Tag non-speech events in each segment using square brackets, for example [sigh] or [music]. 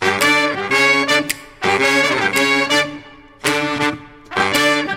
[laughs]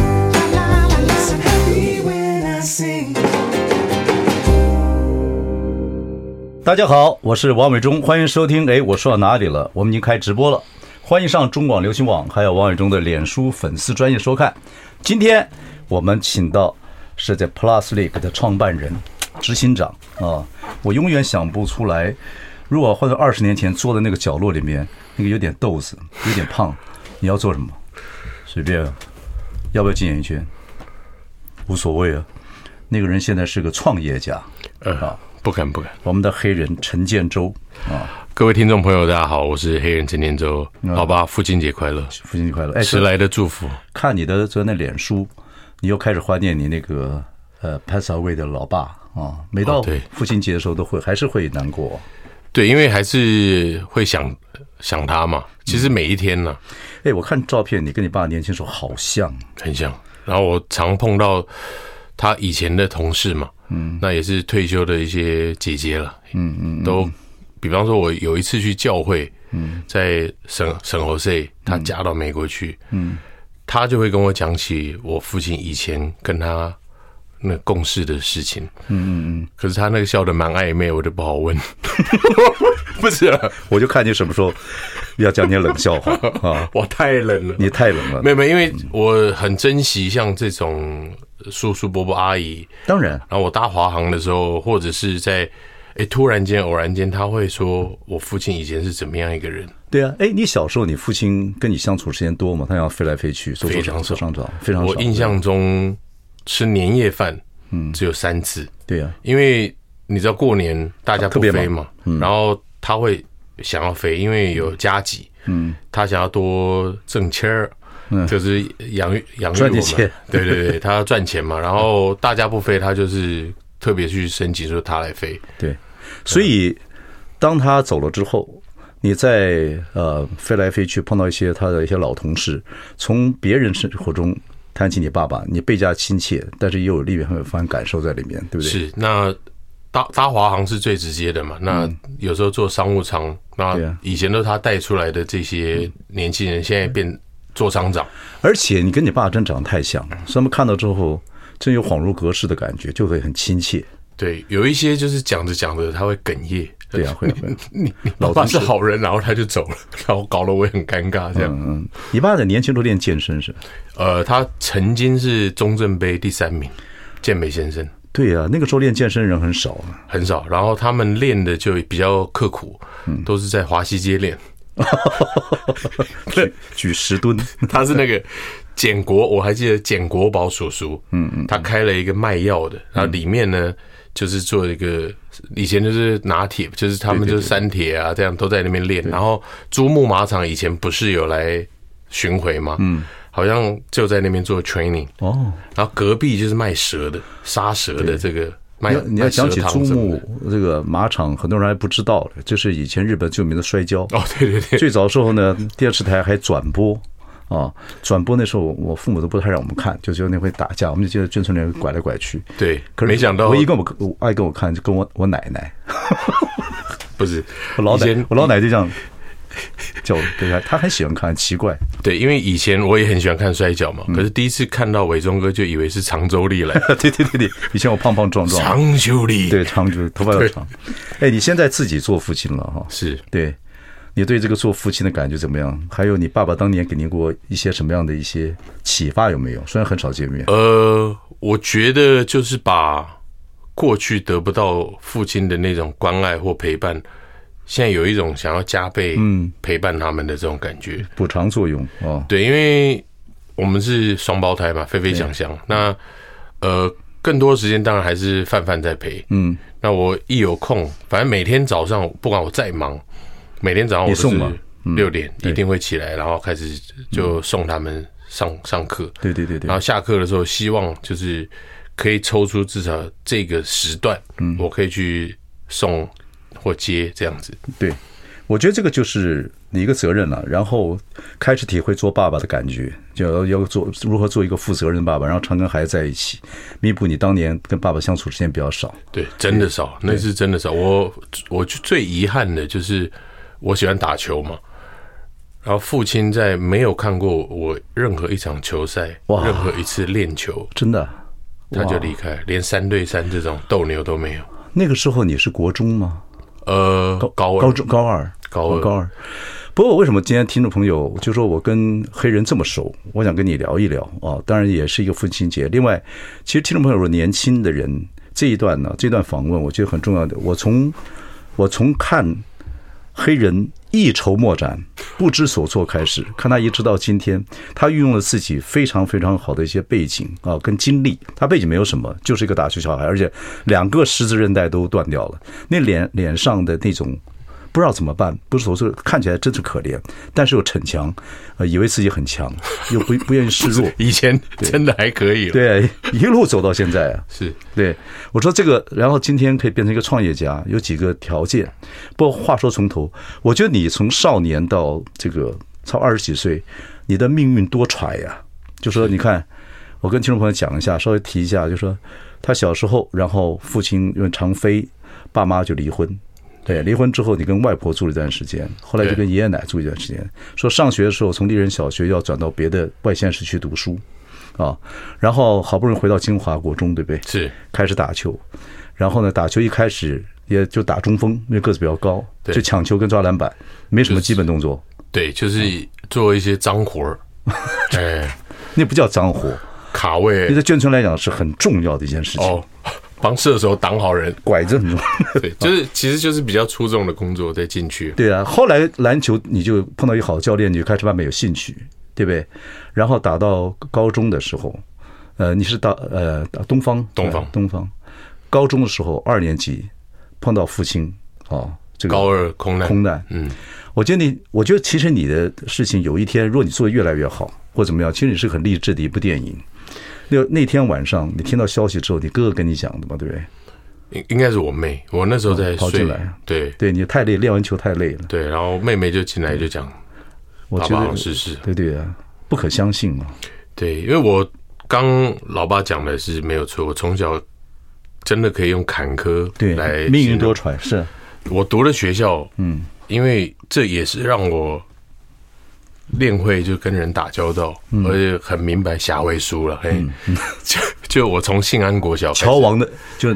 So happy when I sing. 大家好，我是王伟忠，欢迎收听。哎，我说到哪里了？我们已经开直播了，欢迎上中广流行网，还有王伟忠的脸书粉丝专业收看。今天我们请到是在 Plus League 的创办人、执行长啊，我永远想不出来，如果换到二十年前坐在那个角落里面，那个有点豆子，有点胖，你要做什么？随便啊，要不要进演艺圈？无所谓啊。那个人现在是个创业家啊呃，，不敢不敢。我们的黑人陈建州啊，各位听众朋友，大家好，我是黑人陈天洲。好吧，父亲节快乐，父亲节快乐！哎，迟来的祝福。看你的昨天的脸书，你又开始怀念你那个呃 pass away 的老爸啊，每到哦对父亲节的时候都会还是会难过。对，因为还是会想想他嘛。其实每一天呢、哎，我看照片，你跟你爸年轻时候好像，很像。然后我常碰到他以前的同事嘛，嗯，那也是退休的一些姐姐了，嗯嗯，都，比方说，我有一次去教会，嗯，在省省侯塞，他嫁到美国去，嗯，他就会跟我讲起我父亲以前跟他那共事的事情，嗯嗯嗯，可是他那个笑的蛮暧昧，我就不好 [laughs] 问，不是啊，我就看你什么时候要讲点冷笑话 [laughs] 啊，我太冷了，你太冷了没。有没有，因为我很珍惜像这种叔叔伯伯阿姨，当然，然后我搭华航的时候，或者是在诶突然间偶然间，他会说我父亲以前是怎么样一个人，对啊。哎，你小时候你父亲跟你相处时间多吗？他要飞来飞去，坐坐非上常坐少上床，非常少。我印象中吃年夜饭，嗯，只有三次，对啊，因为你知道过年大家特不别飞忙嗯嘛，然后他会想要飞，因为有加急，嗯，他想要多挣钱儿。就是养育嗯养育我赚点们钱，对对对，他要赚钱 [laughs] 嘛。然后大家不飞，他就是特别去申请说他来飞。对，所以当他走了之后，你在呃飞来飞去碰到一些他的一些老同事，从别人生活中谈起你爸爸，你倍加亲切，但是也有另外一番感受在里面，对不对？是那搭搭华航是最直接的嘛？那有时候坐商务舱，那嗯对啊以前都是他带出来的这些年轻人，现在变做厂长。而且你跟你爸真长得太像了，所以他们看到之后，真有恍如隔世的感觉，就会很亲切。对，有一些就是讲着讲着他会哽咽。对啊，会啊会 [laughs] 啊。你你老老爸同事是好人，然后他就走了，然后搞得我也很尴尬。这样，嗯，你爸在年轻都练健身是吧？呃，他曾经是中正杯第三名，健美先生对啊，那个时候练健身人很少啊。很少。然后他们练的就比较刻苦，都是在华西街练。举举十吨， [laughs] 他是那 [laughs] 个简国，我还记得简国宝叔叔，嗯嗯，他开了一个卖药的，然后里面呢就是做一个，以前就是拿铁，就是他们就是三铁啊，这样都在那边练。然后珠穆马场以前不是有来巡回吗？嗯，好像就在那边做 training [laughs] 哦。然后隔壁就是卖蛇的，杀蛇的这个卖你要，你要卖蛇讲起汤珠什么穆的这个马场，很多人还不知道这是以前日本最有名的摔跤。哦，对对对， [laughs] 最早的时候呢，电视台还转播啊，转播那时候我父母都不太让我们看，就觉得那会打架，我们就觉得眷村人拐来拐去。对可是没想到唯一跟我我爱跟我看就跟我我奶奶，不是我老以前奶我老奶奶就这样叫我对她，她很喜欢看，奇 [laughs] 怪。对，因为以前我也很喜欢看摔跤嘛，可是嗯第一次看到伟忠哥就以为是常 [laughs] 州力来的，对对对对，以前我胖胖壮壮，长袖力，对长就是头发要长。哎，你现在自己做父亲了哈？是对，你对这个做父亲的感觉怎么样？还有你爸爸当年给你过一些什么样的一些启发有没有？虽然很少见面，呃，我觉得就是把过去得不到父亲的那种关爱或陪伴，现在有一种想要加倍嗯陪伴他们的这种感觉。补偿作用哦。对，因为我们是双胞胎嘛，菲菲想想，那呃，更多时间当然还是范范在陪。嗯，那我一有空，反正每天早上不管我再忙，每天早上我你送嗯都吗是六点一定会起来，然后开始就送他们上上课。对对对嗯对然后下课的时候，希望就是可以抽出至少这个时段，嗯，我可以去送或接这样子。对，我觉得这个就是你一个责任了、然后开始体会做爸爸的感觉，就要要做如何做一个负责任的爸爸，然后常跟孩子在一起，弥补你当年跟爸爸相处时间比较少。对，真的少，那是真的少。我我就最遗憾的就是，我喜欢打球嘛，然后父亲在没有看过我任何一场球赛，哇任何一次练球，真的，他就离开，连三对三这种斗牛都没有。那个时候你是国中吗？呃，高二高中高二高二哦高二。不过为什么今天听众朋友就说我跟黑人这么熟？我想跟你聊一聊啊，当然也是一个父亲节。另外，其实听众朋友如果年轻的人这一段呢，这段访问我觉得很重要的。我从我从看黑人一筹莫展、不知所措开始，看他一直到今天，他运用了自己非常非常好的一些背景啊跟经历。他背景没有什么，就是一个打球小孩，而且两个十字韧带都断掉了，那脸脸上的那种。不知道怎么办，不知所措，看起来真是可怜，但是又逞强，呃，以为自己很强，又不 [laughs] 不愿意示弱，以前真的还可以了，哦对，一路走到现在啊，是对，我说这个，然后今天可以变成一个创业家，有几个条件。不过话说从头，我觉得你从少年到这个超二十几岁，你的命运多舛呀、就说你看，我跟听众朋友讲一下，稍微提一下，就说他小时候，然后父亲因为常飞，爸妈就离婚。对，哎离婚之后你跟外婆住了一段时间，后来就跟爷爷奶奶住一段时间。说上学的时候从丽人小学要转到别的外县市去读书，啊，然后好不容易回到金华国中，对不对？是，开始打球，然后呢，打球一开始也就打中锋，因为个子比较高，对就抢球跟抓篮板，没什么基本动作，对，就是做一些脏 [laughs] 活儿，哎，那不叫脏活，卡那位在眷村来讲是很重要的一件事情。哦，帮射手挡好人，拐子很重要， [laughs] 对，就是其实就是比较出众的工作再进去，对啊。后来篮球你就碰到一个好教练，你就开始慢慢有兴趣，对不对？然后打到高中的时候，呃，你是打呃打东方，东方呃东方，高中的时候二年级碰到父亲哦，这个高二空难，空难。嗯，我觉得你，我觉得其实你的事情有一天，如果你做得越来越好，或怎么样，其实你是很励志的一部电影。那那天晚上你听到消息之后，你哥哥跟你讲的嘛，对不对？应应该是我妹，我那时候在哦跑睡进来，对对你太累，练完球太累了。对，然后妹妹就进来就讲，我爸觉爸好像得逝世，对对啊，不可相信啊。对，因为我刚老爸讲的是没有错，我从小真的可以用坎坷对来，命运形容多舛是我读的学校，嗯，因为这也是让我练会就跟人打交道，嗯而且很明白侠为书了。嘿， [laughs] 就就我从信安国小开始乔，王的，就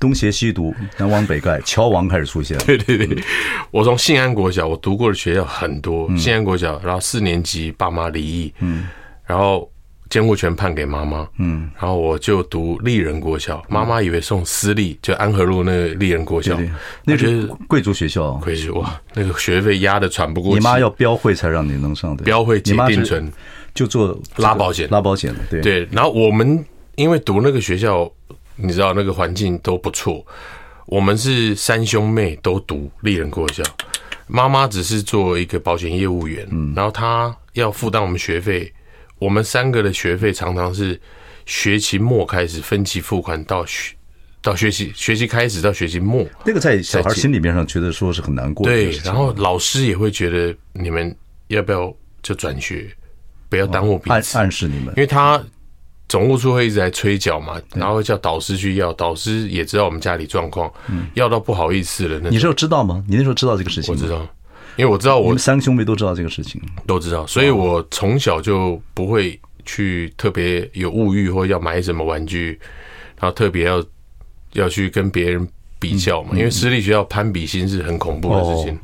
东邪西毒，南王北丐，乔王开始出现了。 [laughs] 对对对，我从信安国小我读过的学校很多，嗯信安国小，然后四年级爸妈离异，嗯，然后。监护权判给妈妈，嗯，然后我就读丽人国小，妈妈以为送私立，就安和路那个丽人国小，嗯对，那觉是得贵族学校，回去哇，那个学费压的喘不过气，你妈要标会才让你能上的。标会你解妈定是存，就做拉保险拉保险的，对对，然后我们因为读那个学校，你知道那个环境都不错，我们是三兄妹都读丽人国小，妈妈只是做一个保险业务员，然后她要负担我们学费，我们三个的学费常常是学期末开始分期付款到学到学期学期开始到学期末，那个在小孩再见心里面上觉得说是很难过的对事，情，然后老师也会觉得你们要不要就转学，不要耽误彼暗此。暗示你们因，为他总务处会一直来催缴嘛，然后叫导师去要，导师也知道我们家里状况，要到不好意思了。那嗯你种是有知道吗？你那时候知道这个事情我吗？知道，因为我知道你我们三兄妹都知道这个事情，都知道，所以我从小就不会去特别有物欲或要买什么玩具，然后特别要要去跟别人比较嘛，嗯因为私立学校攀比心是很恐怖的事情。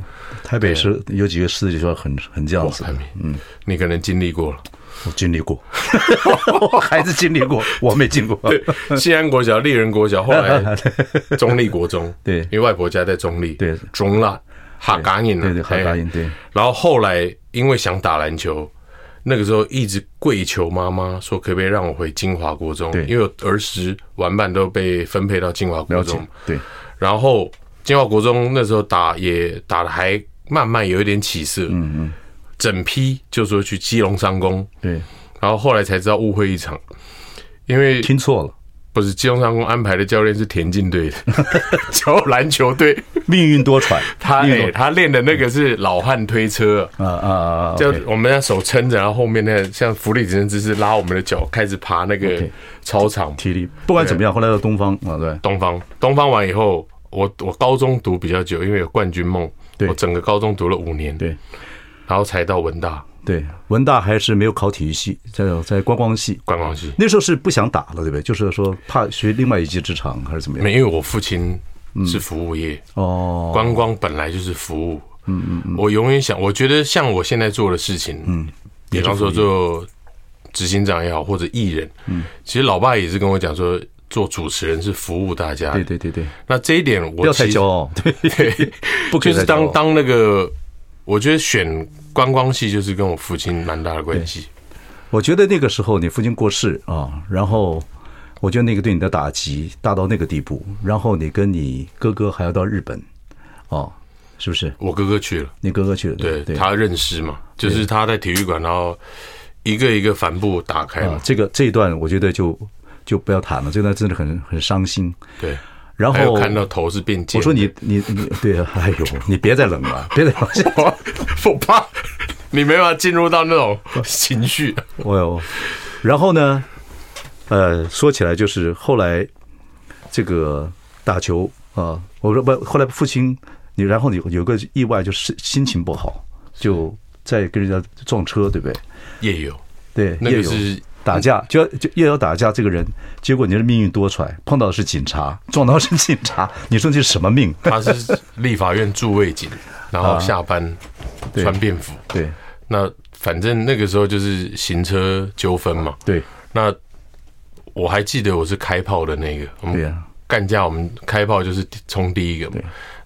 台北市有几个私立学校很很这样子的攀，比，嗯，你可能经历过了。 [laughs] 我经历过，我孩子经历过，我没经过。 [laughs] 西安国小、丽人国小，后来 [laughs] 中立国中，对因为外婆家在中立，对中辣哈 [laughs] 嘎印啊，对对哈嘎印哎对。然后后来因为想打篮球，那个时候一直跪求妈妈说，可不可以让我回金华国中对？因为我儿时玩伴都被分配到金华国了解中，，对，然后金华国中那时候打也打的还慢慢有一点起色，嗯嗯，整批就说去基隆商工，对，然后后来才知道误会一场，因为 [laughs] 听错了，不是基隆上宫安排的教练是田径队的， [laughs] 教篮球队。命运多舛，他命 [laughs] 哎、运多他练的那个是老汉推车，啊啊啊！就 OK 我们要手撑着，然后后面那个像浮力直升机是拉我们的脚开始爬那个 OK 操场。体力，不管怎么样，后来到东方啊，对，东方，东方完以后，我我高中读比较久，因为有冠军梦，对我整个高中读了五年，对，然后才到文大对，文大还是没有考体育系，在在观光系。观光系。那时候是不想打了，对不对？就是说怕学另外一技之长还是怎么样？没，因为我父亲嗯是服务业，哦，观光本来就是服务。嗯嗯嗯，我永远想，我觉得像我现在做的事情，嗯，比方说做执行长也好，或者艺人，嗯，其实老爸也是跟我讲说，做主持人是服务大家。对，对对对，那这一点我不要太其实骄 [laughs] 傲，对， [laughs] 不可就以太骄是当傲。当那个，我觉得选观光系就是跟我父亲蛮大的关系。我觉得那个时候你父亲过世啊，然后我觉得那个对你的打击大到那个地步，然后你跟你哥哥还要到日本，哦，是不是？我哥哥去了，你哥哥去了，对对，他认识嘛，就是他在体育馆，然后一个一个帆布打开啊嘛，，这个这一段我觉得就就不要谈了，这段真的很很伤心。对，然还有后看到头是变尖。我说你你你对啊，哎呦，你别再冷了，别再冷了。 [laughs] 我 [laughs] 我怕你没办法进入到那种情绪。我有，哎然后呢，呃，说起来就是后来这个打球啊，我说不，后来父亲你，然后你有个意外，就是心情不好，就在跟人家撞车，对不对？夜游，对，那夜个游是打架，就要就又要打架，这个人，结果你的命运多舛，碰到的是警察，撞到的是警察，你说这是什么命？他是立法院驻卫 [laughs] 警，然后下班对穿便服。对那反正那个时候就是行车纠纷嘛。对那我还记得我是开炮的那个，我们对呀、干架，我们开炮就是冲第一个嘛对，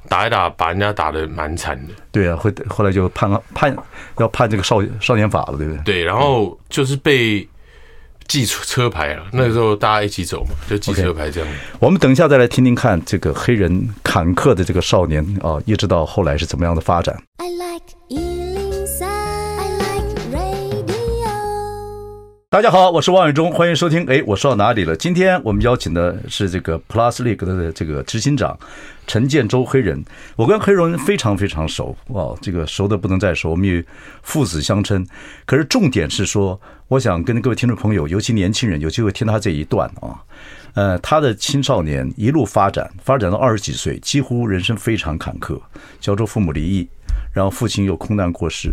打一打把人家打得蛮惨的。对啊，会后来就判了判要判这个少少年法了，对不对？对，然后就是被记车牌了。那个时候大家一起走嘛，就记 OK 车牌这样。我们等一下再来听听看这个黑人坎坷的这个少年啊，一直到后来是怎么样的发展。 I like Ealing Sound. I like radio. 大家好，我是王伟忠，欢迎收听。哎，我说到哪里了？今天我们邀请的是这个 Plus League 的这个执行长陈建州黑人。我跟黑人非常非常熟哦，这个熟的不能再熟，我们也父子相称。可是重点是说，我想跟各位听众朋友，尤其年轻人，有机会听他这一段啊。呃，他的青少年一路发展，发展到二十几岁，几乎人生非常坎坷。小时候父母离异，然后父亲又空难过世，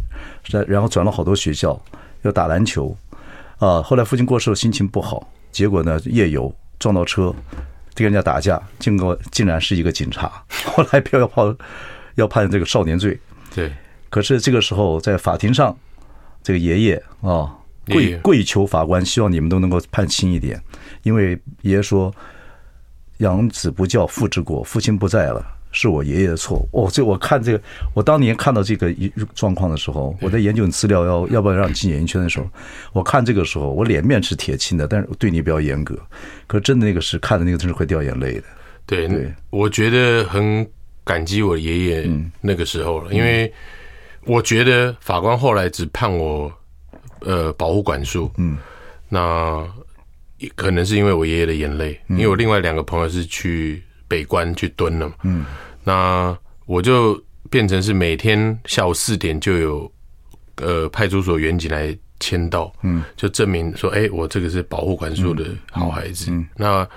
然然后转了好多学校，又打篮球，啊，后来父亲过世后心情不好，结果呢夜游撞到车，跟人家打架，竟过竟然是一个警察， [laughs] 后来票要判要判这个少年罪，对，可是这个时候在法庭上，这个爷爷啊爷跪爷跪求法官，希望你们都能够判轻一点，因为爷爷说养子不教父之过，父亲不在了。是我爷爷的错哦，这我看这个，我当年看到这个一状况的时候，我在研究你资料要 [laughs] 要不要让你进演艺圈的时候，我看这个时候我脸面是铁青的，但是我对你比较严格，可是真的那个是看的那个真是会掉眼泪的，对，嗯对我觉得很感激我爷爷那个时候了，因为我觉得法官后来只判我呃保护管束，嗯，那也可能是因为我爷爷的眼泪，因为我另外两个朋友是去北关去蹲了嘛，嗯，那我就变成是每天下午四点就有呃派出所远警来签到，嗯，就证明说，哎、我这个是保护管束的好孩子。那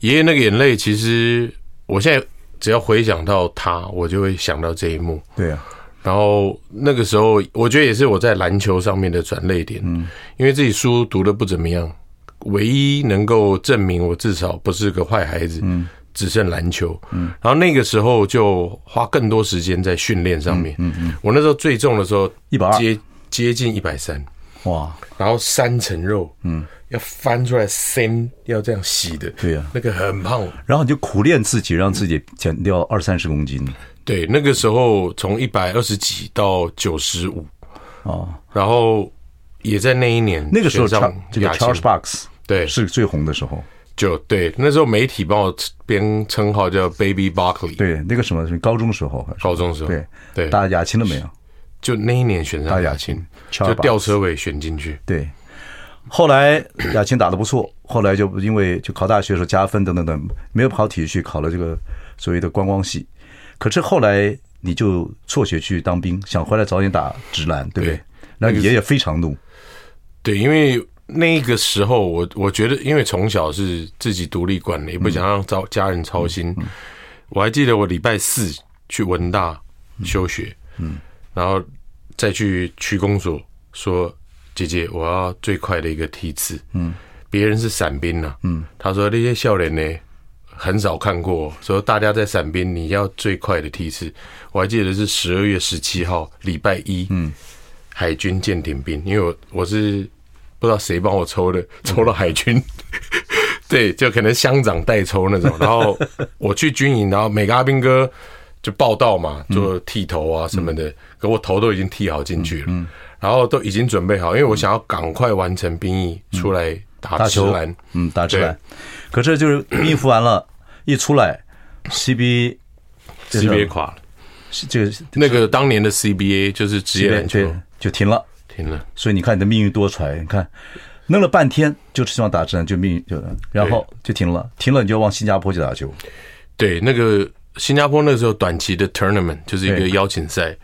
爷爷那个眼泪，其实我现在只要回想到他，我就会想到这一幕。对啊，然后那个时候，我觉得也是我在篮球上面的转泪点，嗯因为自己书读的不怎么样，唯一能够证明我至少不是个坏孩子，嗯只剩篮球，然后那个时候就花更多时间在训练上面，嗯我那时候最重的时候120接接近一百三，哇，然后三层肉，嗯，要翻出来生，要这样洗的，对呀那个很胖，然后你就苦练自己，让自己减掉二三十公斤，对，那个时候从一百二十几到九十五，哦，然后也在那一年那个时候选查上这个亚 Charles 青 Box 对是最红的时候，就对，那时候媒体帮我编称号叫 Baby Barkley，，对，那个什么是高中时候还是高中时候对对打亚青了没有？就那一年选上打亚亚青，青就 Charles 吊 Barks 车尾选进去，对，后来 [coughs] 亚青打得不错，后来就因为就考大学的时候加分等等等，没有考体育系，考了这个所谓的观光系。可是后来你就辍学去当兵，想回来早点打直男，对不对对？然后爷爷非常怒，对，因为那个时候我我觉得，因为从小是自己独立管理，也不想让家家人操心。我还记得我礼拜四去文大休学，嗯，然后再去区公所说：“姐姐，我要最快的一个梯次。”嗯，别人是伞兵呐、嗯，他说那些笑脸呢。很少看过，说大家在伞兵，你要最快的梯次。我还记得是十二月十七号，礼拜一，嗯，海军舰艇兵，因为我我是不知道谁帮我抽的，抽到海军， [laughs] 对，就可能乡长代抽那种。然后我去军营，然后每个阿兵哥就报道嘛，做剃头啊什么的，可我头都已经剃好进去了，然后都已经准备好，因为我想要赶快完成兵役，出来嗯打打直球篮。嗯，打直篮。可是就是兵役服完了，一出来，CBA 这是 CBA 垮了，这个那个当年的 CBA 就是职业 CBA 篮球对就停了。停了，所以你看你的命运多舛，你看弄了半天就是希望打直男，就命运就然后就停了，停了你就往新加坡去打球，对，那个新加坡那时候短期的 tournament 就是一个对邀请赛，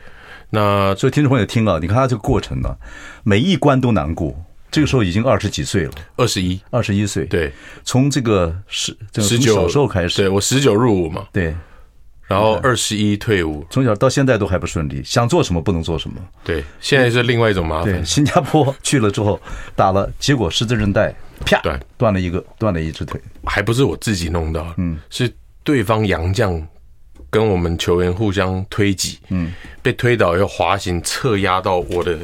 那所以听众朋友听啊，你看他这个过程呢、每一关都难过。这个时候已经二十几岁了，二十一，二十一岁，，对，从这个十这个十从九小时候开对始，嗯我十九入伍嘛，对，然后二十一退伍，从小到现在都还不顺利，想做什么不能做什么。对，现在是另外一种麻嗯对，烦，新加坡去了之后打了，结果十字韧带啪对断了一个，断了一只腿。还不是我自己弄到，嗯，是对方洋将跟我们球员互相推挤，嗯，被推倒又滑行侧压到我的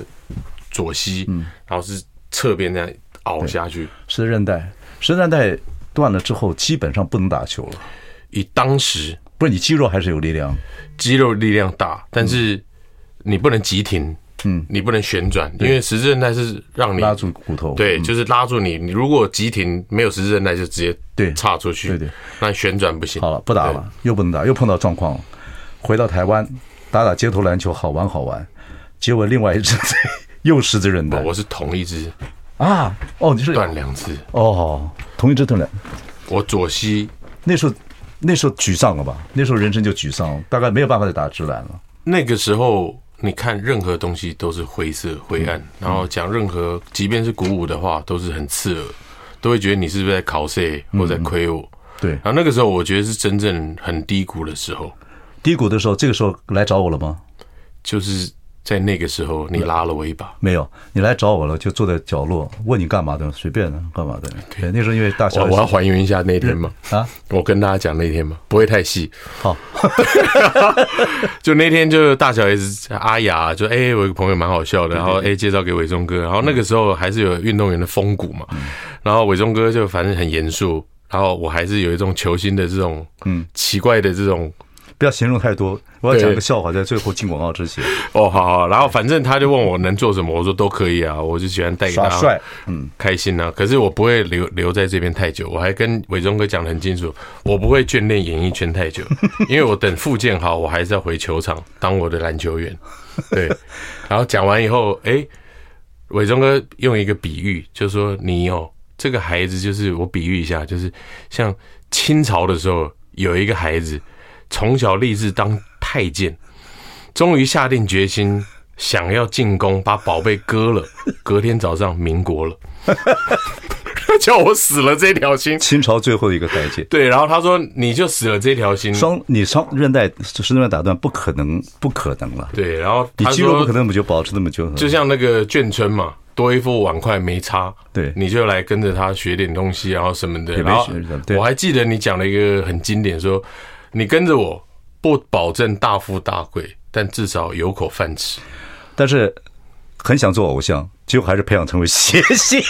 左膝，嗯，然后是侧边这样凹下去，十字韧带，十字韧带断了之后，基本上不能打球了。以当时不是你肌肉还是有力量，肌肉力量大，但嗯是你不能急停，嗯，你不能旋转，因为十字韧带是让你拉住嗯骨头。对，就是拉住你。你如果急停没有十字韧带，就直接对岔出去，对对，那旋转不行。哦好了，不打了，又不能打，又碰到状况了。回到台湾打打街头篮球，好玩好玩。结果另外一只腿又十字韧对。带哦我是同一只啊！哦，你是断两只，哦，同一只断了。我左膝那时候那时候沮丧了吧？那时候人生就沮丧，大概没有办法再打直篮了。那个时候，你看任何东西都是灰色灰嗯暗，然后讲任何，即便是鼓舞的话，都是很刺耳，都会觉得你是不是在考谁或嗯者在亏我。对，然后那个时候，我觉得是真正很低谷的时候，低谷的时候，这个时候来找我了吗？就是在那个时候，你拉了我一把。没有，你来找我了，就坐在角落，问你干嘛的，随便的，干嘛的。对，那时候因为大我小我要还原一下那天嘛，啊，我跟大家讲那天嘛，不会太细。好， [laughs] 就那天就大小 S 阿雅就哎、我有个朋友蛮好笑的，然后哎、介绍给伟忠哥，然嗯后那个时候还是有运动员的风骨嘛，然后伟忠哥就反正很严肃，然后我还是有一种球星的这种嗯奇怪的这种不要形容太多，我要讲对个笑话，在最后进广告之前，哦，好好，然后反正他就问我能做什么，我说都可以啊，我就喜欢带给大耍帅家，嗯，开心啊。可是我不会留留在这边太久，我还跟伟忠哥讲的很清楚，我不会眷恋演艺圈 [laughs] 太久，因为我等复健好，我还是要回球场当我的篮球员。对，然后讲完以后，哎、伟忠哥用一个比喻，就说你哦，这个孩子就是我比喻一下，就是像清朝的时候有一个孩子，从小立志当太监，终于下定决心想要进宫，把宝贝割了，隔天早上民 [laughs] 国了，叫我死了这条心。清朝最后一个台阶。对，然后他说你就死了这条心。双你双韧带十字韧带打断不可能不可能了，对，然后你他肌肉不说可能那么久保持那么久，就像那个眷村嘛，多一副碗筷没差，对你就来跟着他学点东西，然后什么的。也没然后学什么对我还记得你讲了一个很经典，说你跟着我，不保证大富大贵，但至少有口饭 [laughs] 吃。但是很想做偶像，结果还是培养成为谐星。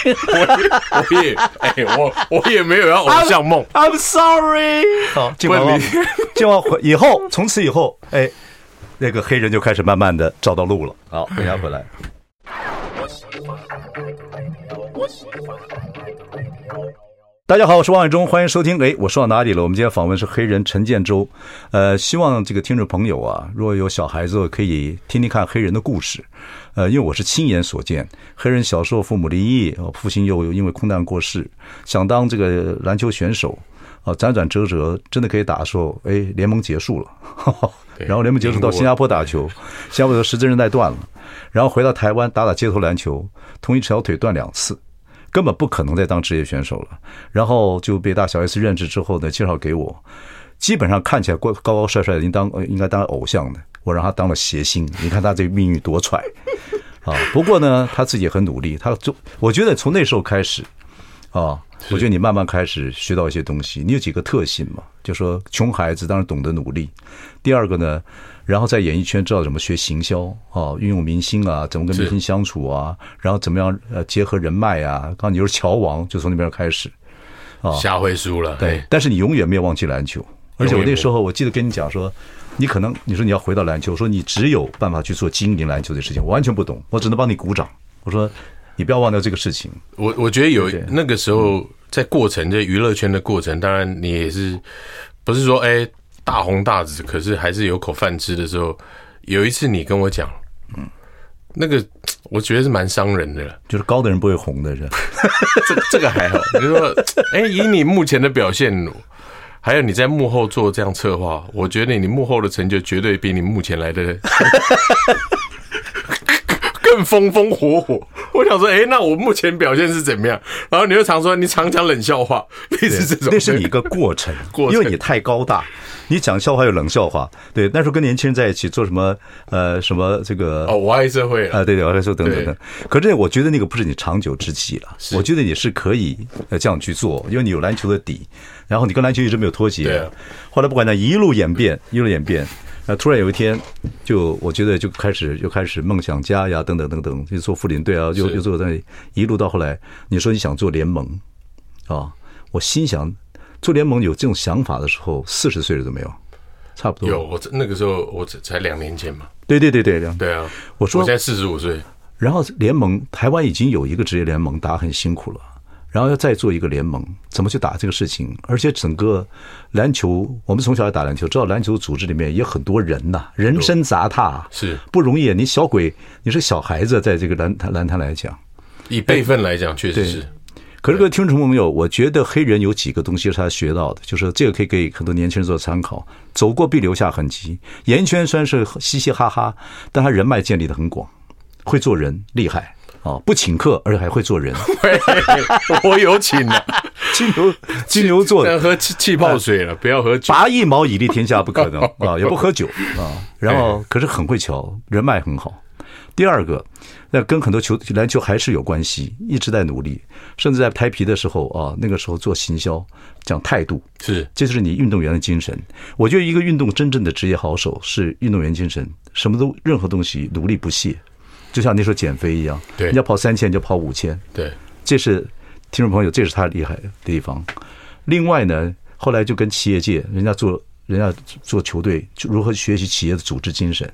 我也，哎，我我也没有要偶像梦。 I'm sorry。好，进完问了你，进完回以后，从此以后，哎，那个黑人就开始慢慢的找到路了。好，等一下回来。大家好，我是王伟忠，欢迎收听。哎，我说到哪里了？我们今天访问是黑人陈建州。呃，希望这个听众朋友啊，如果有小孩子，可以听听看黑人的故事。呃，因为我是亲眼所见，黑人小时候父母离异，呃父亲又因为空难过世，想当这个篮球选手，啊，辗转折折，真的可以打的时候，哎，联盟结束了， [laughs] 然后联盟结束到新加坡打球，新加坡的十字韧带断了，然后回到台湾打打街头篮球，同一条腿断两次。根本不可能再当职业选手了，然后就被大小 S 认识之后呢，介绍给我，基本上看起来高高高帅帅的，应当呃应该当偶像的，我让他当了谐星，你看他这命运多舛啊！不过呢，他自己也很努力，他就我觉得从那时候开始啊，我觉得你慢慢开始学到一些东西，你有几个特性嘛，就说穷孩子当然懂得努力，第二个呢。然后在演艺圈知道怎么学行销啊，运用明星啊，怎么跟明星相处啊，然后怎么样呃结合人脉啊。刚刚你就是乔王，就从那边开始。下回输了，对哎，，但是你永远没有忘记篮球。而且我永远那时候我记得跟你讲说，你可能你说你要回到篮球，我说你只有办法去做经营篮球的事情，我完全不懂，我只能帮你鼓掌。我说你不要忘掉这个事情。我我觉得有对那个时候在过程，在娱乐圈的过程，当然你也是不是说哎、大红大紫，可是还是有口饭吃的时候。有一次你跟我讲，嗯，那个我觉得是蛮伤人的了。就是高的人不会红 [laughs] 的人，这这个还好， [laughs] 你说哎、以你目前的表现，还有你在幕后做这样策划，我觉得你幕后的成就绝对比你目前来的 [laughs] 更风风火火。我想说，哎、那我目前表现是怎么样？然后你又常说你常讲冷笑话， [laughs] 类似这种，那是你一个过程， [laughs] 过程因为你太高大，你讲笑话又冷笑话。对，那时候跟年轻人在一起做什么呃什么这个哦，我爱社会了。啊，对对，我来说等等对等。可是我觉得那个不是你长久之计了，我觉得你是可以呃这样去做，因为你有篮球的底，然后你跟篮球一直没有脱对节啊。后来不管怎样，一路演变，一路演变。呃，突然有一天，就我觉得就开始又开始梦想家呀，等等等等，就做妇联队啊，又是又做在一路到后来，你说你想做联盟啊，我心想做联盟有这种想法的时候，四十岁了都没有，差不多有，我那个时候我才才两年前嘛，对对对对对对啊，我说我现在四十五岁，然后联盟，台湾已经有一个职业联盟，打很辛苦了，然后要再做一个联盟，怎么去打这个事情？而且整个篮球，我们从小要打篮球，知道篮球组织里面也很多人呐、人声杂沓，是不容易啊。你小鬼，你是小孩子，在这个篮坛篮坛来讲，以辈分来讲，确实是对可是各位听众朋友，我觉得黑人有几个东西是他学到的，就是这个可以给很多年轻人做参考。走过必留下痕迹。演艺圈虽然是嘻嘻哈哈，但他人脉建立的很广，会做人，厉 [laughs] 害啊！不请客，而且还会做 [laughs] 人。 [laughs] 我有请 [laughs] 了，金牛金牛座但喝气气嗯泡水了，不要喝酒。拔一毛以利天下不可 [laughs] 能啊，也不喝酒啊。然后可是很会瞧，人脉很好。第二个，那跟很多球篮球还是有关系，一直在努力，甚至在拍皮的时候啊，那个时候做行销，讲态度，是这就是你运动员的精神。我觉得一个运动真正的职业好手是运动员精神，什么都任何东西努力不懈，就像那时候减肥一样，对你要跑三千你就跑五千，对，这是听众朋友，这是他厉害的地方。另外呢，后来就跟企业界，人家做人家做球队，就如何学习企业的组织精神，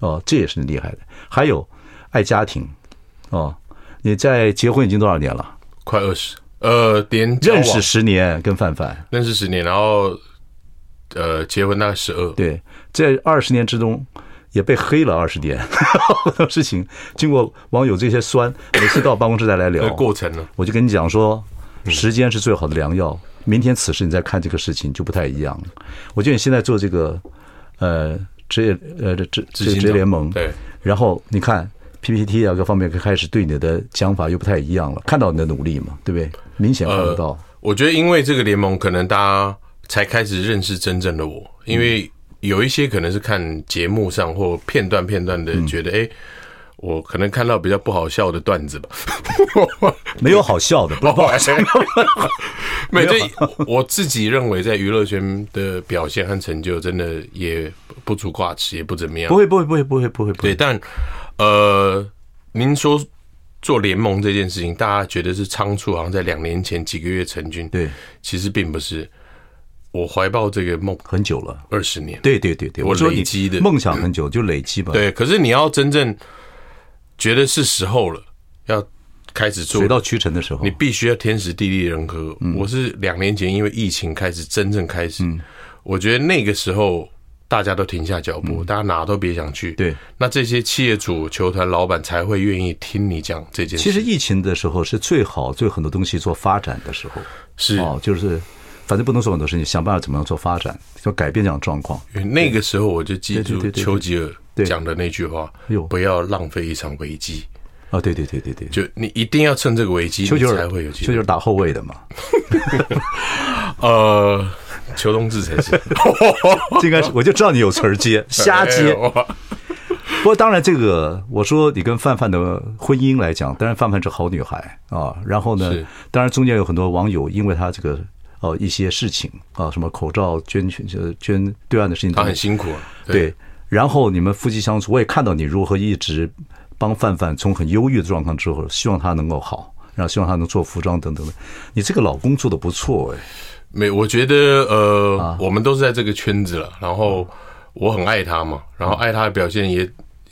哦，这也是厉害的。还有爱家庭，哦，你在结婚已经多少年了？快二十，呃，连交往认识十年，跟范范认识十年，然后呃，结婚大概十二，对，在二十年之中。也被黑了二十年， [laughs] 很多事情经过网友这些酸，每次到办公室再来那聊个过程呢，嗯我就跟你讲说，时间是最好的良药。明天此时你再看这个事情就不太一样了。我觉得你现在做这个，呃，职业呃职职行职业长联盟，对，然后你看 PPT 啊各方面开始对你的讲法又不太一样了，看到你的努力嘛，对不对？明显看得到，我觉得因为这个联盟，可能大家才开始认识真正的我，因为有一些可能是看节目上或片段片段的，觉得哎、诶我可能看到比较不好笑的段子吧，没有好笑的，不不好笑。 [laughs] 没有，这我自己认为在娱乐圈的表现和成就，真的也不足挂齿，也不怎么样不。会不会不会不会不会不对，会，但呃，您说做联盟这件事情，大家觉得是仓促，好像在两年前几个月成军，对，其实并不是。我怀抱这个梦很久了，二十年，对对对对，我我说累你积的梦想很久就累积吧，对，可是你要真正觉得是时候了，要开始做水到渠成的时候你，必须要天时地利人和。嗯我是两年前因为疫情开始真正开始，我觉得那个时候大家都停下脚步，大家哪都别想去。嗯对，那这些企业主、球团老板才会愿意听你讲这件事。其实疫情的时候是最好对很多东西做发展的时候，是哦，就是反正不能说很多事情，想办法怎么样做发展，要改变这样状况。那个时候我就记对对住对对对丘吉尔对讲的那句话哎呦：不要浪费一场危机。啊，对对对对对，就你一定要趁这个危机，丘你吉才尔会有机丘吉会。尔打后卫的嘛，呃，邱冬志才是这应该是我就知道你有词儿接， [laughs] 瞎接 [laughs] 哎。哇不过当然，这个我说你跟范范的婚姻来讲，当然范范是好女孩啊。然后呢是，当然中间有很多网友因为她这个哦、一些事情啊，什么口罩捐捐就是捐对岸的事情，他很辛苦啊。对，然后你们夫妻相处，我也看到你如何一直帮范范从很忧郁的状况之后，希望她能够好，然后希望她能做服装等等的。你这个老公做的不错哎，没，我觉得呃，啊我们都是在这个圈子了，然后我很爱他嘛，然后爱他的表现也，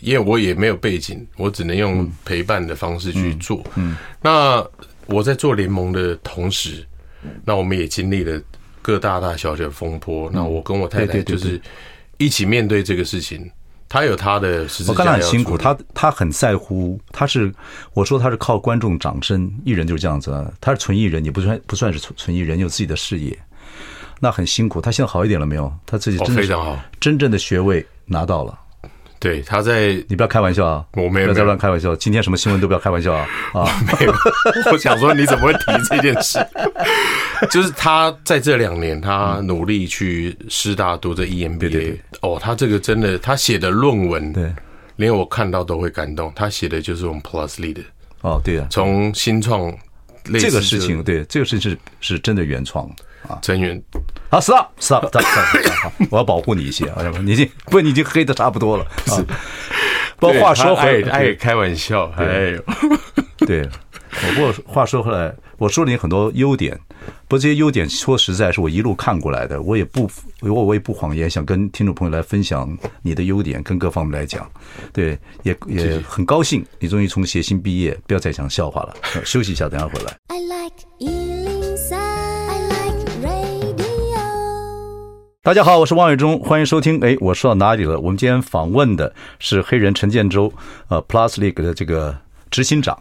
因为我也没有背景，我只嗯能用陪伴的方式去做。嗯，那我在做联盟的同时，那我们也经历了各大大小小的风波。那我跟我太太嗯对对对就是一起面对这个事情，她有她的十字我看架他要很辛苦，处理他他很在乎，他是我说他是靠观众掌声，艺人就是这样子啊，他是纯艺人，你不算不算是纯纯艺人，有自己的事业，那很辛苦。他现在好一点了没有？他自己哦真的非是常好，真正的学位拿到了。对他在你不要开玩笑啊！我没有不要没有再乱开玩笑。今天什么新闻都不要开玩笑 [laughs] 啊！啊，没有，我想说你怎么会提这件事？就是他在这两年，他嗯努力去师大读这 EMBA，哦，他这个真的，他写的论文，对，连我看到都会感动。他写的就是我们 Plus Lead，哦，对 [laughs] 啊，从新创类似这个事情，啊对，这个事情是是真的原创。成员好，stop stop stop stop，stop，好 [laughs] 我要保护你一些，啊，要不然你已经不，你已经黑的差不多了。啊，不过话说回来，爱开玩笑，哎呦， [laughs] 对，我不过话说回来，我说了你很多优点，不过这些优点说实在是我一路看过来的，我也不我我也不谎言，想跟听众朋友来分享你的优点跟各方面来讲，对，也也很高兴你终于从谐星毕业，不要再讲笑话了，休息一下，等一下回来。 I like Ealing Sound. I like radio. 大家好，我是王伟忠，欢迎收听。哎，我说到哪里了？我们今天访问的是黑人陈建州，呃，Plus League 的这个执行长。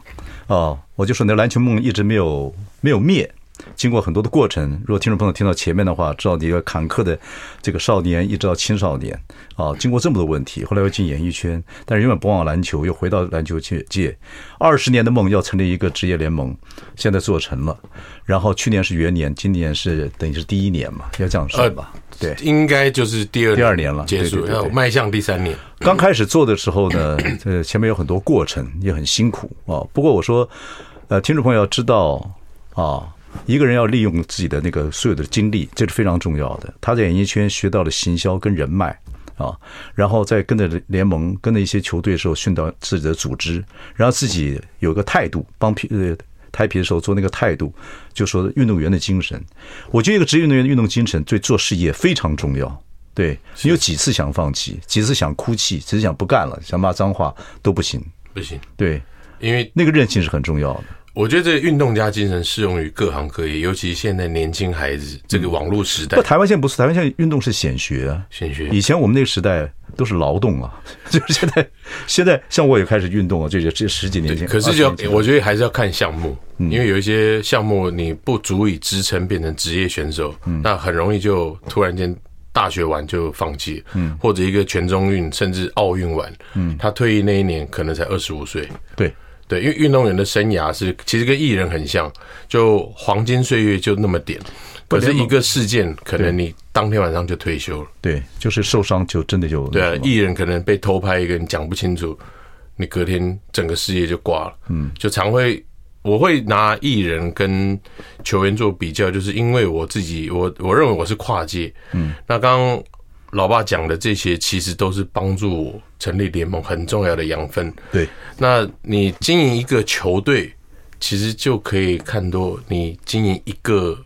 哦，我就说你的篮球梦一直没有没有灭，经过很多的过程。如果听众朋友听到前面的话，知道你一个坎坷的这个少年，一直到青少年，啊，经过这么多问题，后来又进演艺圈，但是永远不忘篮球，又回到篮球界界。二十年的梦要成立一个职业联盟，现在做成了。然后去年是元年，今年是等于是第一年嘛，要这样说吧？对。应该就是第二第二年了结束，对对对对要迈向第三年。刚开始做的时候呢，呃，前面有很多过程，也很辛苦啊。不过我说，呃，听众朋友要知道啊，一个人要利用自己的那个所有的经历，这是非常重要的。他在演艺圈学到了行销跟人脉啊，然后再跟着联盟、跟着一些球队的时候，训到自己的组织，然后自己有个态度，帮皮呃。拍皮的时候做那个态度，就说运动员的精神。我觉得一个职业运动员的运动精神对做事业非常重要。对你有几次想放弃，几次想哭泣，几次想不干了，想骂脏话都不行。不行，对，因为那个韧性是很重要的。我觉得这个运动家精神适用于各行各业，尤其现在年轻孩子这嗯个网络时代不，，台湾现在不是，台湾现在运动是显学啊。玄学以前我们那个时代都是劳动啊， [laughs] 就是现在，现在像我也开始运动啊，这这这十几年前。可是20就年前我觉得还是要看项目，因为有一些项目你不足以支撑变成职业选手，那很容易就突然间大学完就放弃，或者一个全中运甚至奥运完，他退役那一年可能才二十五岁，对对，因为运动员的生涯是其实跟艺人很像，就黄金岁月就那么点，可是一个事件可能你当天晚上就退休了，对，就是受伤就真的就对啊那什，么艺人可能被偷拍一个，你讲不清楚，你隔天整个事业就挂了。嗯，就常会，我会拿艺人跟球员做比较，就是因为我自己，我我认为我是跨界。嗯，那刚刚老爸讲的这些，其实都是帮助我成立联盟很重要的养分。对那你经营一个球队，其实就可以看多你经营一个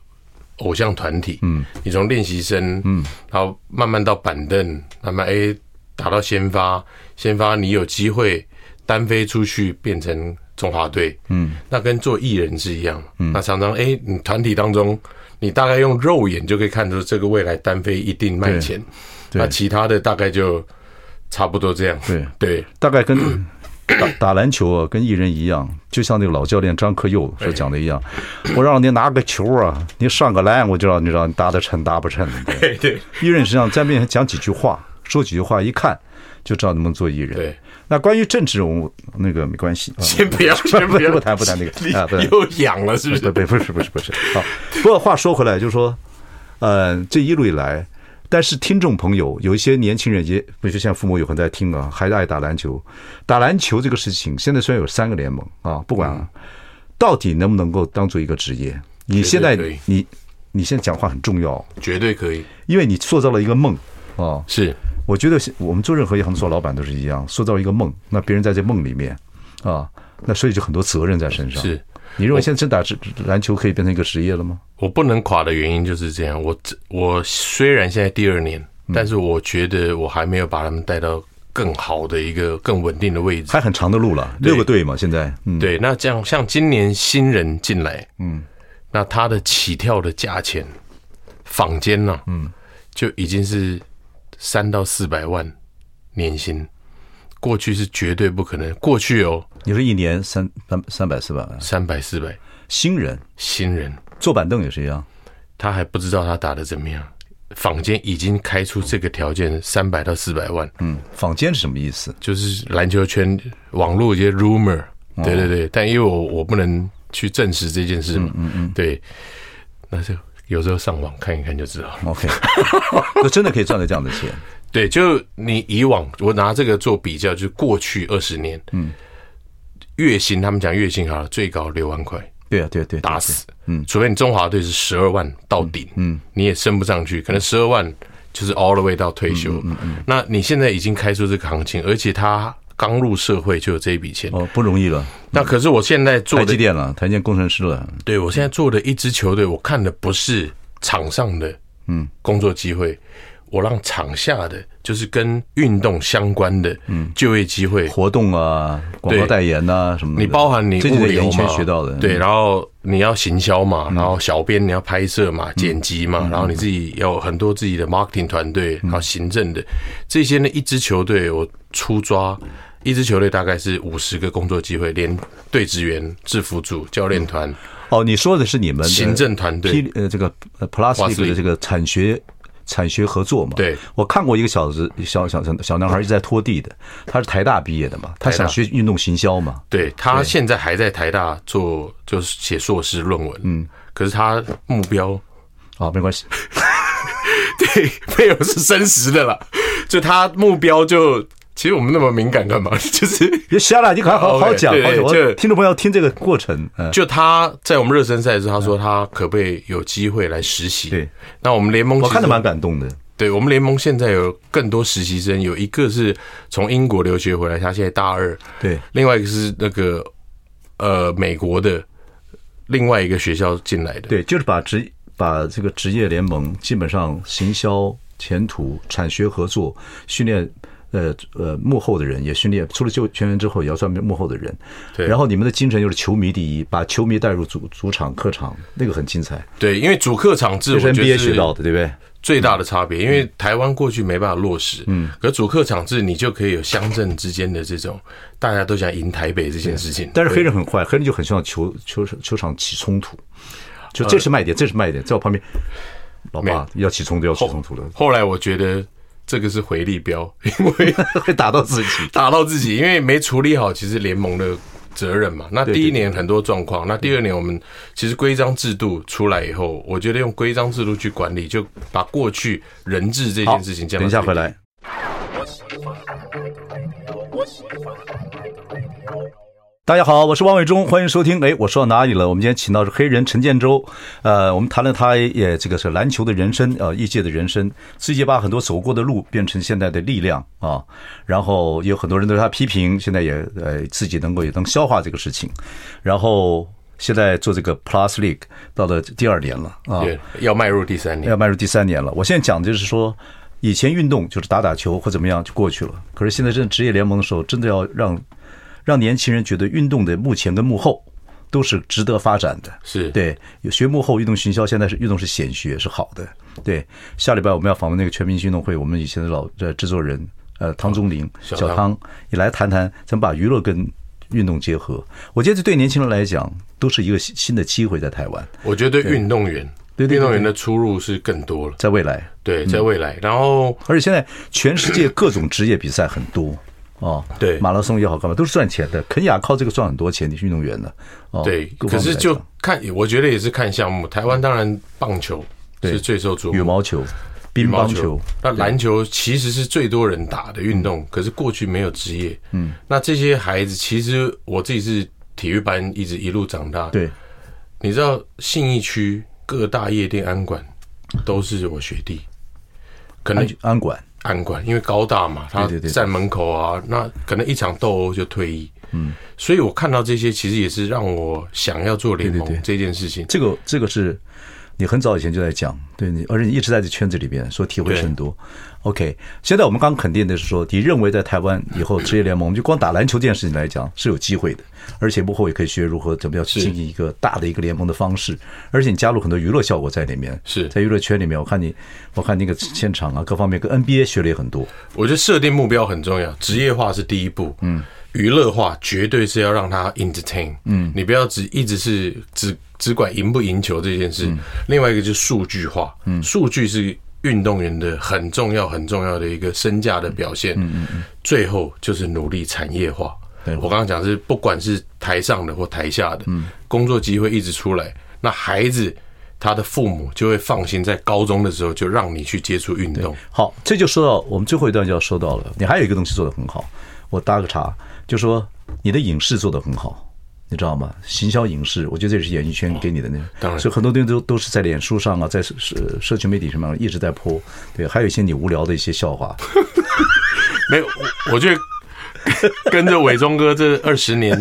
偶像团体。嗯，你从练习生，嗯，然后慢慢到板凳，慢慢哎打到先发，先发你有机会单飞出去变成中华队，嗯，那跟做艺人是一样，嗯，那常常哎、你团体当中，你大概用肉眼就可以看出这个未来单飞一定卖钱，对那其他的大概就差不多这样，对 [laughs] 对大概跟 [clears throat] 打打篮球啊，跟艺人一样，就像那个老教练张克佑所讲的一样，我让你拿个球啊，你上个篮，我就让你让你搭的衬搭不衬的。对对艺人实际上在面前讲几句话，说几句话，一看就知道能不能做艺人。对，那关于政治人物那个没关 [laughs] 系，啊先不要，[laughs] 先不要，不谈不谈那个你啊不谈又痒了是不不是？啊不不是不是不是好。不过话说回来，就是说，呃，这一路以来，但是听众朋友有一些年轻人也，不是像父母有很在听啊，孩子爱打篮球，打篮球这个事情，现在虽然有三个联盟啊，不管、嗯到底能不能够当做一个职业，你现在绝对可以你你现在讲话很重要，绝对可以，因为你塑造了一个梦啊。是我觉得是我们做任何一行做老板都是一样，塑造一个梦，那别人在这梦里面啊，那所以就很多责任在身上。是。你认为现在真打职篮球可以变成一个职业了吗？我不能垮的原因就是这样。我这我虽然现在第二年，嗯但是我觉得我还没有把他们带到更好的一个更稳定的位置。还很长的路了，六个队嘛，现在，嗯，对，那这样像今年新人进来，嗯，那他的起跳的价钱，坊间呢、嗯，就已经是三到四百万年薪，过去是绝对不可能。过去哦，你说一年三三三百四百万，三百四百新人新人，坐板凳也是一样，他还不知道他打的怎么样。坊间已经开出这个条件，三百到四百万，嗯，坊间是什么意思？就是篮球圈网络一些 rumor，对对对，但因为我我不能去证实这件事嘛，嗯嗯，对，那就有时候上网看一看就知道了。 [laughs] OK，那真的可以赚到这样的钱，对，就你以往我拿这个做比较，就是过去二十年，嗯，月薪他们讲月薪好了，最高六万块，对啊，对啊对啊，打死，嗯，除非你中华队是十二万到顶，嗯，你也升不上去，可能十二万就是 all the way 到退休，嗯嗯，那你现在已经开出这个行情，而且他刚入社会就有这一笔钱，哦，不容易了，那可是我现在做台积的，电了，台积电工程师了，对我现在做的一支球队，我看的不是场上的嗯工作机会，我让场下的就是跟运动相关的嗯就业机会。活动啊，广告对代言呐、什么的，你包含你这就物在流演艺嘛圈，学到的，嗯对，，然后你要行销嘛，然后小编你要拍摄嗯嘛、剪辑嘛，然后你自己要有很多自己的 marketing 团队，嗯然后行政的这些呢，一支球队我出抓一支球队大概是五十个工作机会，连队职员、制服组、教练团、哦，你说的是你们的行政团队批呃这个呃 plastic Plastic 的这个产学产学合作嘛。对我看过一个小子小小小小男孩一直在拖地的，他是台大毕业的嘛，他台大想学运动行销 [laughs] 嘛。对他现在还在台大做，就是写硕士论文。嗯，可是他目标 [laughs] 哦啊，没关系，对没有是真实的啦，就他目标就其实我们那么敏感干嘛？ [laughs] 就是别瞎了，你赶快好哦 OK，好讲，好对讲。对我这听众朋友听这个过程，嗯，就他在我们热身赛的时候，他说他可不可以有机会来实习？对，那我们联盟我其实看着蛮感动的。对我们联盟现在有更多实习生，有一个是从英国留学回来，他现在大二，对另外一个是那个呃美国的另外一个学校进来的，对，就是把职把这个职业联盟基本上行销、前途、产学合作、训练，呃呃幕后的人也训练，除了就球员之后，也要算幕后的人。对然后你们的精神又是球迷第一，把球迷带入主主场、客场，那个很精彩，对，因为主客场制这是我觉得 NBA 是学到嗯的，对不对？最大的差别，因为台湾过去没办法落实，嗯，可主客场制你就可以有乡镇之间的这种大家都想赢台北这件事情，但是黑对人很坏，黑人就很希望球球球场起冲突，就呃这是卖点，这是卖点，在我旁边，老爸要起冲突，要起冲突了， [laughs] 后来我觉得这个是回力标， [laughs] 因为会打到自己。打到自己，因为没处理好其实联盟的责任嘛。那第一年很多状况，那第二年我们其实规章制度出来以后，我觉得用规章制度去管理，就把过去人质这好，件事情降等到一最下低回来。大家好，我是汪伟忠，欢迎收听。哎，我说到哪里了？我们今天请到是黑人陈建州，呃，我们谈了他也这个是篮球的人生，呃，业界的人生，自己把很多走过的路变成现在的力量啊。然后也有很多人对他批评，现在也呃自己能够也能消化这个事情。然后现在做这个 Plus League 到了第二年了啊，对，要迈入第三年要。迈入第三年了。我现在讲的就是说，以前运动就是打打球或怎么样就过去了，可是现在真的职业联盟的时候，真的要让让年轻人觉得运动的幕前跟幕后都是值得发展的。是对，有学幕后运动行销，现在是运动是显学是好的。对，下礼拜我们要访问那个全明星运动会，我们以前的老呃制作人呃汤宗林小小汤汤也来谈谈怎么把娱乐跟运动结合。我觉得这对年轻人来讲都是一个新新的机会，在台湾，我觉得对运动员，对对对嗯运动员的出入是更多了。在未来，对，在未来，然后而且现在全世界各种职业比赛很多。哦，对马拉松也好，干嘛都是赚钱的。肯雅靠这个赚很多钱，你运动员的。哦，对，各方可面是来就讲看，我觉得也是看项目。台湾当然棒球对是最受瞩目，羽毛球、乒羽毛乓球，嗯那篮球其实是最多人打的运动，可是过去没有职业。嗯，那这些孩子，其实我自己是体育班，一直一路长大。，对，你知道信义区各大夜店安管都是我学弟，可能安安管，安管，因为高大嘛，他啊对对对站门口啊，那可能一场斗殴就退役。嗯，所以我看到这些，其实也是让我想要做联对对盟对这件事情。这个这个是你很早以前就在讲，对你，而且你一直在这圈子里边，所以体会对甚多。OK，现在我们刚肯定的是说，你认为在台湾以后职业联盟，我们就光打篮球这件事情来讲是有机会的，而且幕后也可以学如何怎么样去是经营一个大的一个联盟的方式，而且你加入很多娱乐效果在里面，是在娱乐圈里面，我看你，我看那个现场啊，各方面跟 NBA 学了也很多，我觉得设定目标很重要，职业化是第一步，嗯，娱乐化绝对是要让他 entertain，嗯，你不要只一直是只只管赢不赢球这件事。另外一个就是数据化，嗯，数据是运动员的很重要很重要的一个身价的表现，嗯嗯嗯。最后就是努力产业化，对我刚刚讲是不管是台上的或台下的，嗯，工作机会一直出来，那孩子。他的父母就会放心，在高中的时候就让你去接触运动。好，这就说到我们最后一段就要说到了。你还有一个东西做得很好，我搭个岔，就说你的影视做得很好，你知道吗？行销影视，我觉得这也是演艺圈给你的那个。当然所以很多东西都都是在脸书上啊，在社社社群媒体上面一直在播。对，还有一些你无聊的一些笑话。没有，我我觉得跟着伟忠哥这二十年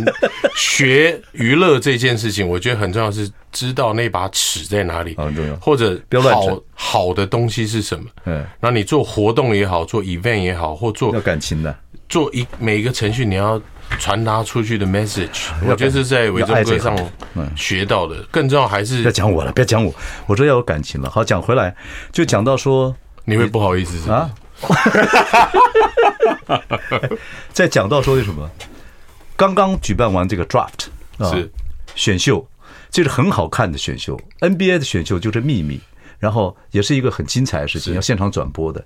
学娱乐这件事情，我觉得很重要是知道那把尺在哪里，啊很重要或者不要乱整好好的东西是什么？嗯嗯，那你做活动也好，做 event 也好，或做要感情的，做一每一个程序，你要传达出去的 message，我觉得是在伟忠要爱哥这行上学到的。更重要不还要是讲我了，不要讲我，我说要有感情了。好，讲回来，就讲到说你会不好意思是不是 [laughs] 啊，再讲到说那什么，刚刚举办完这个 draft 啊，是选秀，这是很好看的选秀，NBA 的选秀就是秘密。然后也是一个很精彩的事情，要现场转播的。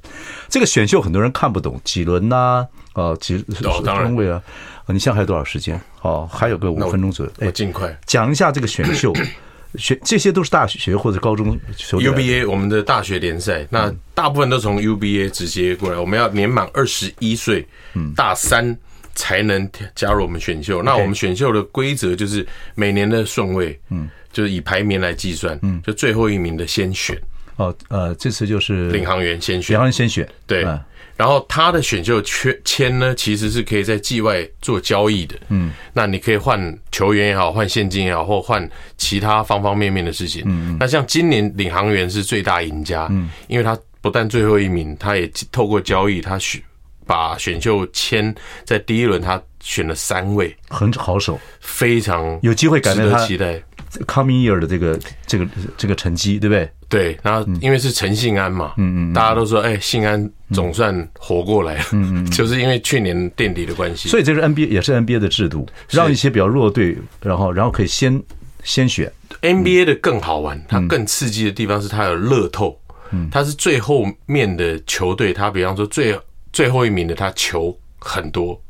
这个选秀很多人看不懂，几轮呐、啊，呃，几哦当然中位啊，呃你现在还有多少时间？哦，还有个五那我分钟左右。哎我尽快讲一下这个选秀， [coughs] 选这些都是大学或者高中球队来的 UBA 我们的大学联赛，那大部分都从 UBA 直接过来。我们要年满二十一岁，大三才能加入我们选秀。那我们选秀的规则就是每年的顺位，嗯，就是以排名来计算，嗯，就最后一名的先选，哦，呃，这次就是领航员先选两，人先选，对嗯。然后他的选秀缺签呢，其实是可以在季外做交易的。嗯，那你可以换球员也好，换现金也好，或换其他方方面面的事情。嗯，那像今年领航员是最大赢家，嗯，因为他不但最后一名，他也透过交易，他选把选秀签在第一轮他选了三位，很好手，非常有机会改变值他得期待。 coming year 的这个这个这个成绩，对不对？对，然后因为是陈信安嘛，嗯嗯嗯，大家都说，哎，信安总算活过来了，嗯嗯， [laughs] 就是因为去年垫底的关系，所以这是 NBA 也是 NBA 的制度，让一些比较弱的队，然后然后可以先先选， NBA 的更好玩，它更刺激的地方是它有乐透，它是最后面的球队，它比方说最最后一名的，它球很多，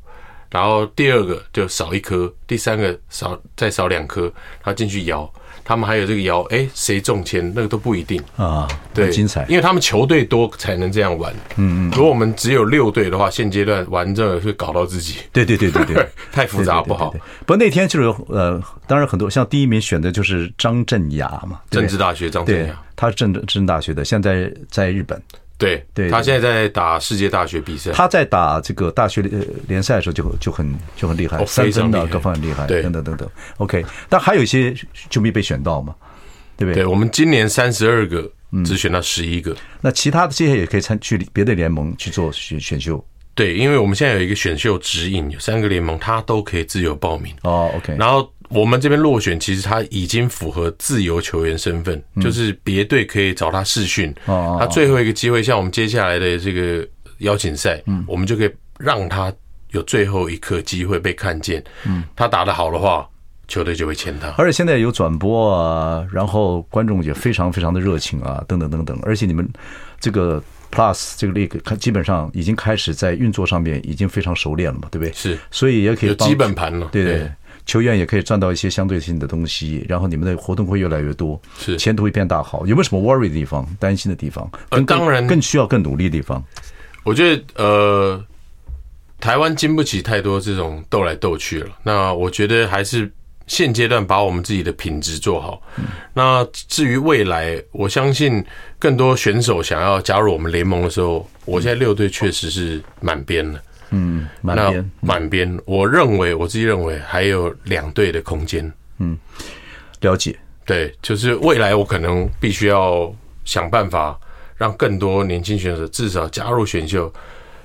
然后第二个就少一颗，第三个少再少两颗，然后进去摇，他们还有这个摇，哎，谁中签那个都不一定，啊，对，很精彩因。为他们球队多才能这样玩，嗯嗯，如果我们只有六队的话，现阶段玩这个会搞到自己，对对对对对， [laughs] 太复杂对对对对不好对。不过那天就是有呃，当然很多像第一名选的就是张镇雅嘛，对不政对治大学张镇对雅，，他是政政大学的，现在在日本。对对他对现在在打世界大学比赛，他在打这个大学联呃联赛的时候就就很就很厉害，哦三非分常的厉害各方面很厉害，对等等等等。OK，但还有一些球迷被选到嘛，对不对？嗯对，我们今年三十二个，只选到十一个。那其他的这些也可以参去别的联盟去做选选秀。对，因为我们现在有一个选秀指引，有三个联盟，它都可以自由报名。哦，OK，然后我们这边落选，其实他已经符合自由球员身份，就是别队可以找他试训。嗯哦他最后一个机会，像我们接下来的这个邀请赛，嗯我们就可以让他有最后一刻机会被看见。嗯他打得好的话，球队就会签他。而且现在有转播啊，然后观众也非常非常的热情啊，等等等等。而且你们这个 Plus 这个 League 看基本上已经开始在运作上面已经非常熟练了嘛，对不对？是所以也可以有帮基本盘了对对对。球员也可以赚到一些相对性的东西，然后你们的活动会越来越多，是前途一片大好。有没有什么 worry 的地方、担心的地方？呃跟更当然更需要更努力的地方。我觉得呃，台湾经不起太多这种斗来斗去了。那我觉得还是现阶段把我们自己的品质做好。那至于未来，我相信更多选手想要加入我们联盟的时候，我现在六队确实是满编了。嗯，满那编满编，我认为我自己认为还有两队的空间。了解。对，就是未来我可能必须要想办法让更多年轻选手至少加入选秀，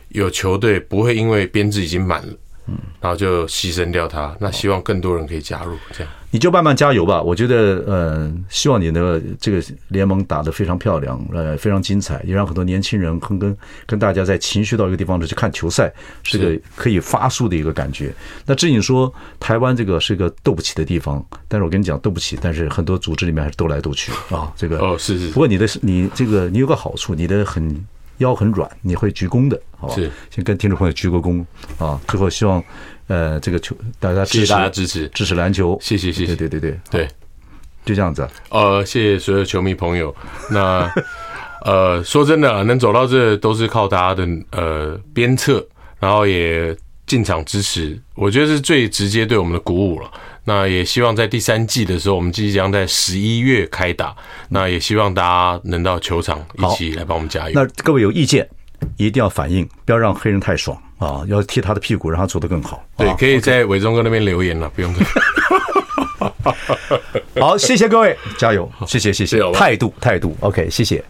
有球队不会因为编制已经满了，嗯，然后就牺牲掉他。那希望更多人可以加入，这样你就慢慢加油吧。我觉得，呃，希望你的这个联盟打得非常漂亮，呃，非常精彩，也让很多年轻人跟跟跟大家在情绪到一个地方去看球赛，是个可以发出的一个感觉。那至于你说台湾这个是个斗不起的地方，但是我跟你讲斗不起，但是很多组织里面还是斗来斗去啊。这个哦是是不过你的你这个你有个好处，你的很腰很软，你会鞠躬的，好吧？是先跟听众朋友鞠个躬啊。最后希望，呃，这个球大家谢支谢持大家支持。支持篮球，谢谢谢谢对对对对，对，就这样子啊。呃，谢谢所有球迷朋友。那 [laughs] 呃，说真的啊，能走到这都是靠大家的呃鞭策，然后也进场支持，我觉得是最直接对我们的鼓舞了。那也希望在第三季的时候，我们即将在十一月开打。那也希望大家能到球场一起来帮我们加油那。各位有意见，一定要反映，不要让黑人太爽啊，要踢他的屁股，让他做得更好。啊对，可以在伟忠哥那边留言了，不用客气。好，谢谢各位，加油，谢谢谢谢谢谢，好吧态度态度，OK，谢谢。